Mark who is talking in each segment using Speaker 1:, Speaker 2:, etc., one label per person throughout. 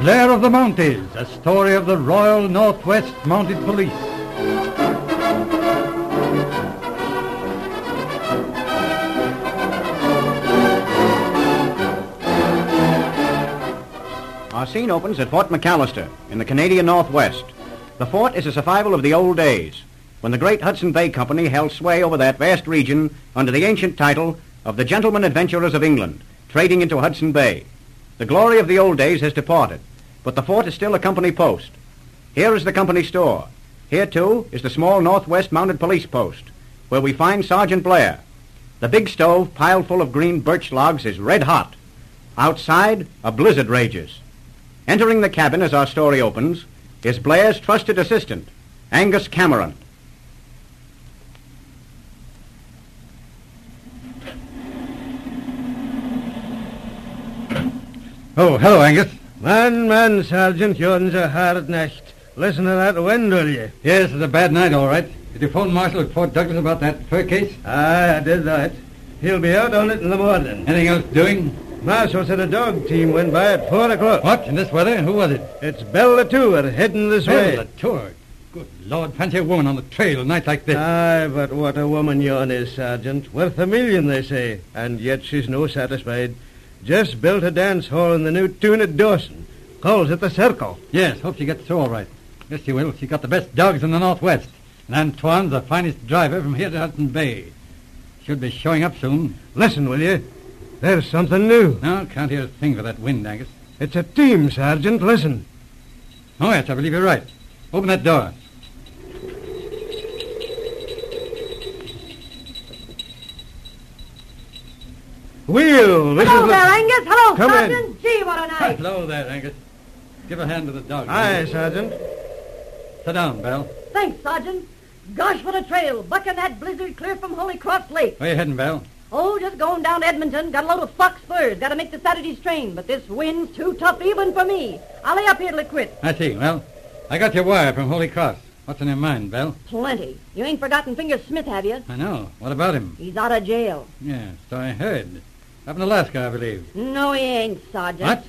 Speaker 1: Blair of the Mounties, a story of the Royal Northwest Mounted Police.
Speaker 2: Our scene opens at Fort McAllister in the Canadian Northwest. The fort is a survival of the old days, when the great Hudson Bay Company held sway over that vast region under the ancient title of the Gentlemen Adventurers of England, trading into Hudson Bay. The glory of the old days has departed, but the fort is still a company post. Here is the company store. Here, too, is the small Northwest Mounted Police post, where we find Sergeant Blair. The big stove, piled full of green birch logs, is red hot. Outside, a blizzard rages. Entering the cabin as our story opens is Blair's trusted assistant, Angus Cameron.
Speaker 1: Oh, hello, Angus.
Speaker 3: Man, man, Sergeant, yourn's a hard night. Listen to that wind, will ye?
Speaker 1: Yes, it's a bad night, all right. Did you phone Marshal at Fort Douglas about that fur case?
Speaker 3: Aye, I did that. He'll be out on it in the morning.
Speaker 1: Anything else doing?
Speaker 3: Marshal said a dog team went by at four o'clock.
Speaker 1: What? In this weather? Who was it?
Speaker 3: It's Belle Latour heading this
Speaker 1: Well,
Speaker 3: way.
Speaker 1: the tour. Good Lord, fancy a woman on the trail a night like this.
Speaker 3: Aye, but what a woman yon is, Sergeant. Worth a million, they say. And yet she's no satisfied. Just built a dance hall in the new tune at Dawson. Calls it the Circle.
Speaker 1: yes, hope she gets through all right. Yes, she will. She got the best dogs in the Northwest. And Antoine's the finest driver from here to Hudson Bay. Should be showing up soon.
Speaker 3: Listen, will you? There's something new.
Speaker 1: No, can't hear a thing for that wind, Angus.
Speaker 3: It's a team, Sergeant. Listen.
Speaker 1: Oh, yes, I believe you're right. Open that door.
Speaker 3: Wheel, this
Speaker 4: Hello
Speaker 3: is the...
Speaker 4: there, Angus. Hello,
Speaker 3: Come in.
Speaker 4: Sergeant. Gee, what a night.
Speaker 1: Hello there, Angus. Give a hand to the dog.
Speaker 3: Aye,
Speaker 1: will you?
Speaker 3: Sergeant.
Speaker 1: Sit down, Belle.
Speaker 4: Thanks, Sergeant. Gosh, what a trail. Bucking that blizzard clear from Holy Cross Lake.
Speaker 1: Where you heading, Belle?
Speaker 4: Oh, just going down to Edmonton. Got a load of fox furs. Got to make the Saturday's train. But this wind's too tough even for me. I'll lay up here till it quits.
Speaker 1: I see. Well, I got your wire from Holy Cross. What's on your mind, Belle?
Speaker 4: Plenty. You ain't forgotten Finger Smith, have you?
Speaker 1: I know. What about him?
Speaker 4: He's out of jail.
Speaker 1: Yes, so I heard. Up in Alaska, I believe.
Speaker 4: No, he ain't, Sergeant.
Speaker 1: What?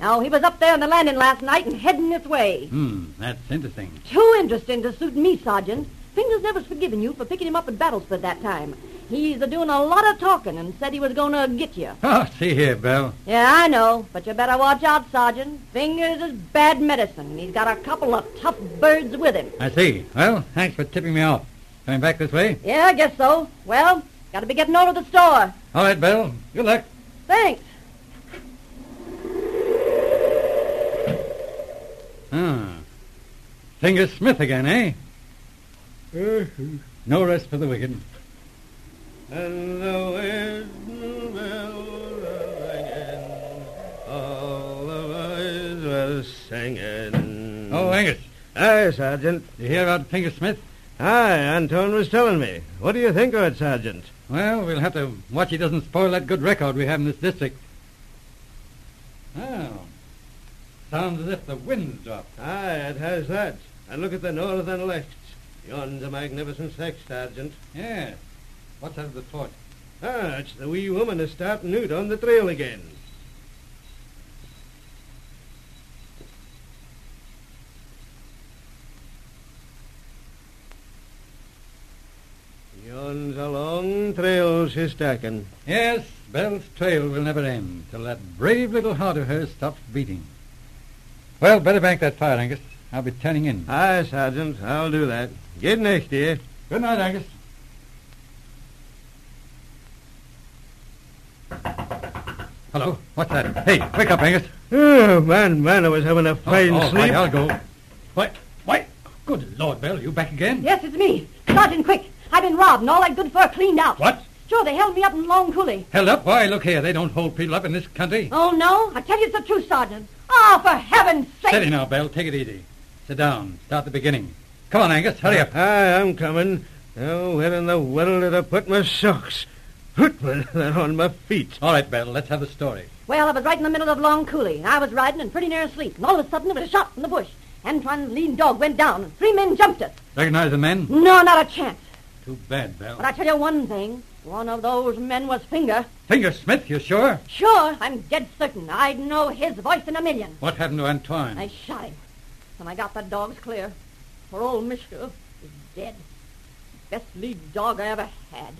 Speaker 4: No, he was up there on the landing last night and heading this way.
Speaker 1: Hmm, that's interesting.
Speaker 4: Too interesting to suit me, Sergeant. Fingers never's forgiven you for picking him up at Battlesford that time. He's a doing a lot of talking and said he was going to get you.
Speaker 1: Oh, see here, Belle.
Speaker 4: Yeah, I know, but you better watch out, Sergeant. Fingers is bad medicine, and he's got a couple of tough birds with him.
Speaker 1: I see. Well, thanks for tipping me off. Coming back this way?
Speaker 4: Yeah, I guess so. Well, gotta be getting over to the store.
Speaker 1: All right, Belle. Good luck.
Speaker 4: Thanks.
Speaker 1: Ah. Finger Smith again, eh?
Speaker 3: Mhm.
Speaker 1: No rest for the wicked.
Speaker 3: And the wind will again. All the boys were singing.
Speaker 1: Oh,
Speaker 2: Mm.
Speaker 1: Angus,
Speaker 3: Aye, Sergeant.
Speaker 1: you hear about Finger Smith?
Speaker 3: Aye, Anton was telling me. What do you think of it, Sergeant?
Speaker 1: Well, we'll have to watch he doesn't spoil that good record we have in this district. Oh. Sounds as if the wind's dropped.
Speaker 3: Aye, it has that. And look at the northern lights. Yon's a magnificent sight, Sergeant.
Speaker 1: Yes. What's out of the fort?
Speaker 3: Ah, it's the wee woman is starting out on the trail again. Yon's a long trail she's taken.
Speaker 1: Yes, Belle's trail will never end till that brave little heart of hers stops beating. Well, better bank that fire, Angus. I'll be turning in.
Speaker 3: Aye, Sergeant, I'll do that. Good night, dear.
Speaker 1: Good night, Angus. Hello? What's that? Hey, wake up, Angus.
Speaker 3: Oh, man, man, I was having a fine
Speaker 1: oh, all
Speaker 3: sleep.
Speaker 1: right, I'll go. Why, why? Good Lord, Bell, you back again?
Speaker 4: Yes, it's me. Sergeant, quick. I've been robbed and all that good fur cleaned out.
Speaker 1: What?
Speaker 4: Sure, they held me up in Long Coulee.
Speaker 1: Held up? Why, look here. They don't hold people up in this country.
Speaker 4: Oh, no? I tell you it's the truth, Sergeant. Oh, for heaven's sake.
Speaker 1: Steady now, Bell. Take it easy. Sit down. Start the beginning. Come on, Angus. Hurry up.
Speaker 3: Aye, I'm coming. Oh, where in the world did I put my socks? Put my, they're on my feet.
Speaker 1: All right, Bell. Let's have the story.
Speaker 4: Well, I was right in the middle of Long Coulee. and I was riding and pretty near asleep, and all of a sudden there was a shot from the bush. Antoine's lean dog went down, and three men jumped us.
Speaker 1: Recognize the men?
Speaker 4: No, not a chance.
Speaker 1: Too bad, Bell.
Speaker 4: But I tell you one thing. One of those men was Finger.
Speaker 1: Finger Smith, you sure?
Speaker 4: Sure, I'm dead certain. I'd know his voice in a million.
Speaker 1: What happened to Antoine?
Speaker 4: I shot him, and I got the dogs clear. For old Mishka is dead. Best lead dog I ever had.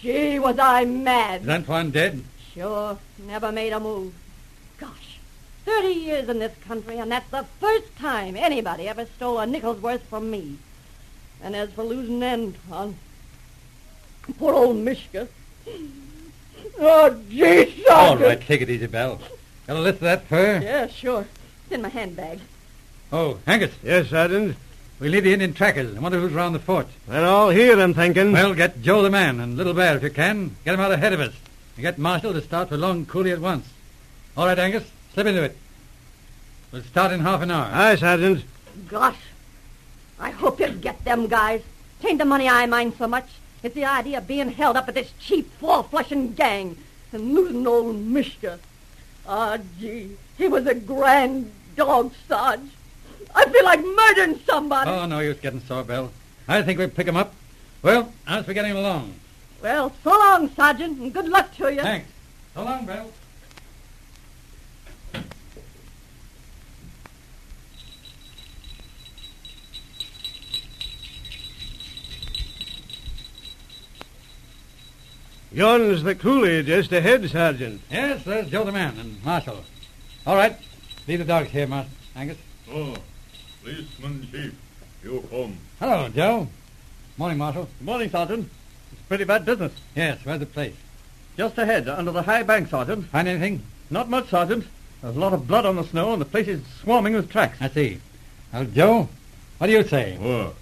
Speaker 4: Gee, was I mad.
Speaker 1: Is Antoine dead?
Speaker 4: Sure, never made a move. Gosh, 30 years in this country, and that's the first time anybody ever stole a nickel's worth from me. And as for losing Anton, poor old Mishka. Oh, gee,
Speaker 1: All
Speaker 4: Sergeant.
Speaker 1: right, take it easy, Bell. Got a list of that fur?
Speaker 4: Yeah, sure. It's in my handbag.
Speaker 1: Oh, Angus,
Speaker 3: Yes, Sergeant.
Speaker 1: we need the Indian trackers. I wonder who's round the fort.
Speaker 3: They're all here, I'm thinking.
Speaker 1: Well, get Joe the man and Little Bear if you can. Get 'em out ahead of us. And get Marshall to start for Long Coulee at once. All right, Angus, slip into it. We'll start in half an hour.
Speaker 3: Aye, Sergeant.
Speaker 4: Gosh, I hope you'll get them guys. Tain't the money I mind so much. It's the idea of being held up at this cheap, four-flushing gang and losing old Mishka. Ah, gee, he was a grand dog, Sarge. I feel like murdering somebody.
Speaker 1: Oh, no use getting sore, Bell. I think we'll pick 'em up. Well, how's we getting along?
Speaker 4: Well, so long, Sergeant, and good luck to you.
Speaker 1: Thanks. So long, Bell.
Speaker 3: Yon's the coulee just ahead, Sergeant.
Speaker 1: Yes, there's Joe the man and Marshall. All right, leave the dogs here, Marshall. Angus.
Speaker 5: Oh, policeman chief, you come.
Speaker 1: Hello, Joe. Morning, Marshal.
Speaker 6: Good morning, Sergeant. It's pretty bad business.
Speaker 1: Yes, where's the place?
Speaker 6: Just ahead, under the high bank, Sergeant.
Speaker 1: Find anything?
Speaker 6: Not much, Sergeant. There's a lot of blood on the snow, and the place is swarming with tracks.
Speaker 1: I see. Well, Joe, what do you say?
Speaker 5: What?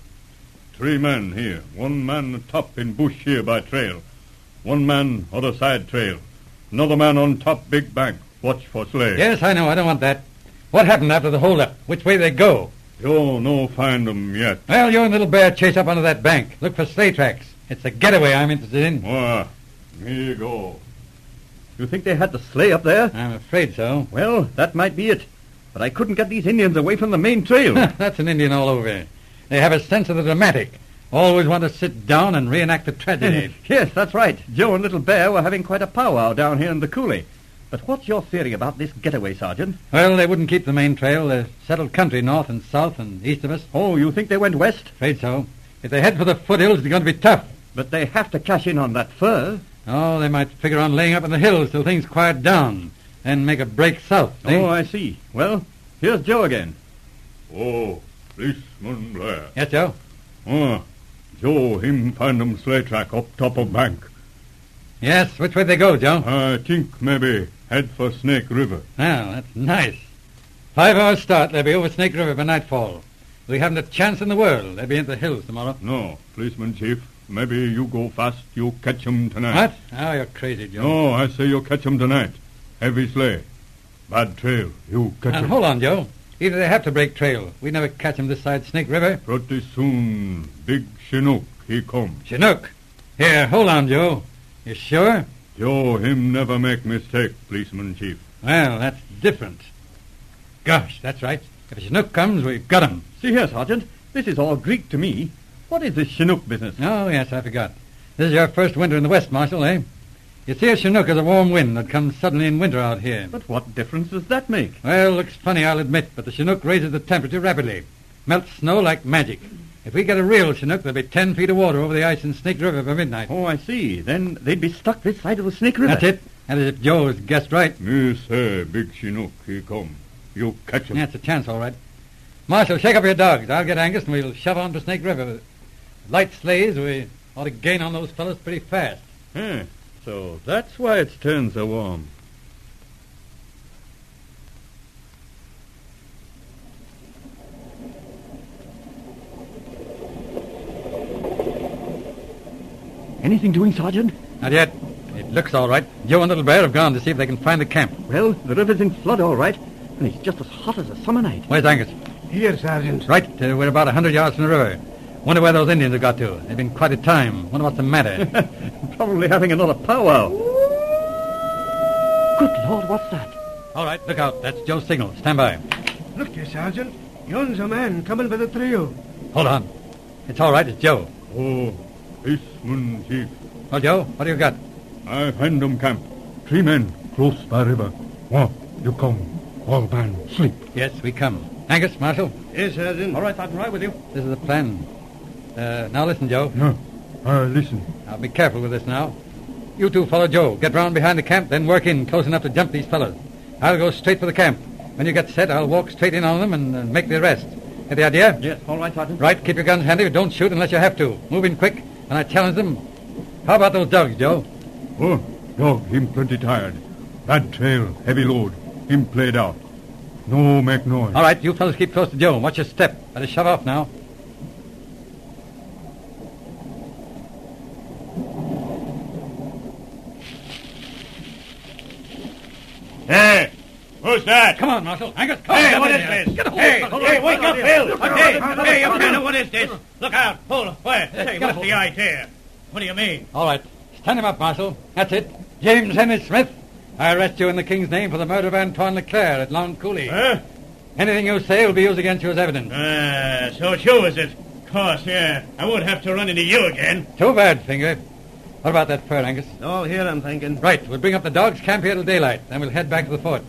Speaker 5: Three men here. One man atop in bush here by trail. One man other side trail. Another man on top big bank. Watch for sleigh.
Speaker 1: Yes, I know. I don't want that. What happened after the holdup? Which way they go?
Speaker 5: You no find 'em yet.
Speaker 1: Well, you and Little Bear chase up onto that bank. Look for sleigh tracks. It's the getaway I'm interested in.
Speaker 5: Ah, here you go.
Speaker 6: You think they had the sleigh up there?
Speaker 1: I'm afraid so.
Speaker 6: Well, that might be it. But I couldn't get these Indians away from the main trail.
Speaker 1: That's an Indian all over. They have a sense of the dramatic. Always want to sit down and reenact the
Speaker 2: Mm.
Speaker 1: tragedy.
Speaker 6: yes, that's right. Joe and Little Bear were having quite a powwow down here in the coulee. But what's your theory about this getaway, Sergeant?
Speaker 1: well, they wouldn't keep the main trail. There's settled country north and south and east of us.
Speaker 6: Oh, you think they went west?
Speaker 1: Afraid so. If they head for the foothills, they're going to be tough.
Speaker 6: But they have to cash in on that fur.
Speaker 1: Oh, they might figure on laying up in the hills till things quiet down, then make a break south. see?
Speaker 6: Oh, I see. Well, here's Joe again.
Speaker 5: Oh, policeman Blair.
Speaker 1: yes, Joe.
Speaker 5: Ah, Joe him find 'em sleigh track up top of bank.
Speaker 1: Yes, which way they go, Joe?
Speaker 5: I think maybe head for Snake River.
Speaker 1: Now, that's nice. Five hours start. They'll be over Snake River by nightfall. We haven't a chance in the world. They'll be in the hills tomorrow.
Speaker 5: No, policeman chief. Maybe you go fast, you catch 'em tonight.
Speaker 1: What? Oh, you're crazy, Joe.
Speaker 5: No, I say you catch 'em tonight. Heavy sleigh. Bad trail. You catch
Speaker 1: And
Speaker 5: 'em.
Speaker 1: hold on, Joe. Either they have to break trail. We never catch 'em this side Snake River.
Speaker 5: Pretty soon, big Chinook, he come.
Speaker 1: Chinook. Here, hold on, Joe. You sure?
Speaker 5: Joe, him never make mistake, policeman chief.
Speaker 1: Well, that's different. Gosh, that's right. If a Chinook comes, we've got 'em.
Speaker 6: See here, Sergeant. This is all Greek to me. What is this Chinook business?
Speaker 1: Oh, yes, I forgot. This is your first winter in the West, Marshal, eh? You see a Chinook as a warm wind that comes suddenly in winter out here.
Speaker 6: But what difference does that make?
Speaker 1: Well, looks funny, I'll admit, but the Chinook raises the temperature rapidly. Melts snow like magic. If we get a real Chinook, there'll be ten feet of water over the ice in Snake River by midnight.
Speaker 6: Oh, I see. Then they'd be stuck this side of the Snake River.
Speaker 1: That's it. That is if Joe's guessed right.
Speaker 5: Me say, big Chinook, he come. You catch 'em.
Speaker 1: That's a chance, all right. Marshal, shake up your dogs. I'll get Angus, and we'll shove on to Snake River. With light sleighs, we ought to gain on those fellows pretty fast.
Speaker 5: Eh,
Speaker 6: Huh. So that's why it's turned so warm. Anything doing, Sergeant?
Speaker 1: Not yet. It looks all right. Joe and Little Bear have gone to see if they can find the camp.
Speaker 6: Well, the river's in flood, all right. And it's just as hot as a summer night.
Speaker 1: Where's Angus?
Speaker 3: Here, Sergeant.
Speaker 1: Right, uh, we're about a hundred yards from the river. Wonder where those Indians have got to. They've been quite a time. Wonder what's the matter.
Speaker 6: Probably having another powwow. Good Lord, what's that?
Speaker 1: all right, look out. That's Joe's signal. Stand by.
Speaker 3: Look, you, Sergeant. Yon's a man coming for the trio.
Speaker 1: Hold on. It's all right. It's Joe.
Speaker 5: Oh, policeman chief,
Speaker 1: Well, Joe, what do you got?
Speaker 5: I find 'em camp. Three men close by river. One, you come. All man sleep.
Speaker 1: Yes, we come. Angus, Marshal,
Speaker 3: Yes, Sergeant.
Speaker 6: All right, Sergeant, right with you.
Speaker 1: this is the plan. Uh, now listen, Joe.
Speaker 5: No. I listen.
Speaker 1: Now be careful with this now. You two follow Joe. Get round behind the camp, then work in close enough to jump these fellows. I'll go straight for the camp. When you get set, I'll walk straight in on them and uh, make the arrest. Get the idea?
Speaker 6: Yes, all right, Sergeant.
Speaker 1: Right, keep your guns handy. Don't shoot unless you have to. Move in quick, and I challenge them. How about those dogs, Joe?
Speaker 5: Oh, dog, him plenty tired. Bad trail, heavy load. Him played out. No make noise.
Speaker 1: All right, you fellows keep close to Joe. Watch your step. Better shut off now.
Speaker 5: Hey, who's that?
Speaker 1: Come on, Marshal. Angus, come on. Jump in here. Get a hold of fellows.
Speaker 5: Bill. Hey, hey, you
Speaker 7: Now, what is this? Look out! Hold on! Where? Hey,
Speaker 1: get a
Speaker 7: what's
Speaker 1: hold
Speaker 7: the
Speaker 1: of
Speaker 7: idea? What do you mean?
Speaker 1: All right. Stand him up, Marshal. That's it. James Henry Smith. I arrest you in the King's name for the murder of Antoine Leclerc at Long Coulee.
Speaker 7: Huh?
Speaker 1: Anything you say will be used against you as evidence.
Speaker 7: Ah, so it's you, is it? Of course, yeah. I won't have to run into you again.
Speaker 1: Too bad, Finger. What about that fur, Angus?
Speaker 3: All here, I'm thinking.
Speaker 1: Right, we'll bring up the dogs, camp here till daylight, then we'll head back to the fort.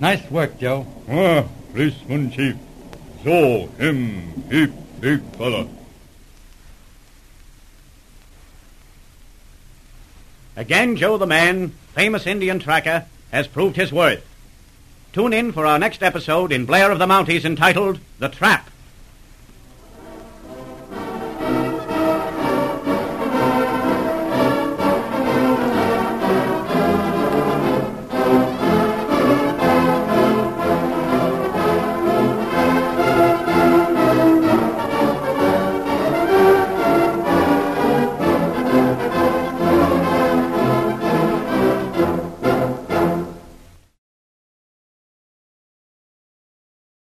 Speaker 1: Nice work, Joe.
Speaker 5: Ah, policeman chief. So, him, heap, big fella.
Speaker 2: Again, Joe the Man, famous Indian tracker, has proved his worth. Tune in for our next episode in Blair of the Mounties entitled The Trap.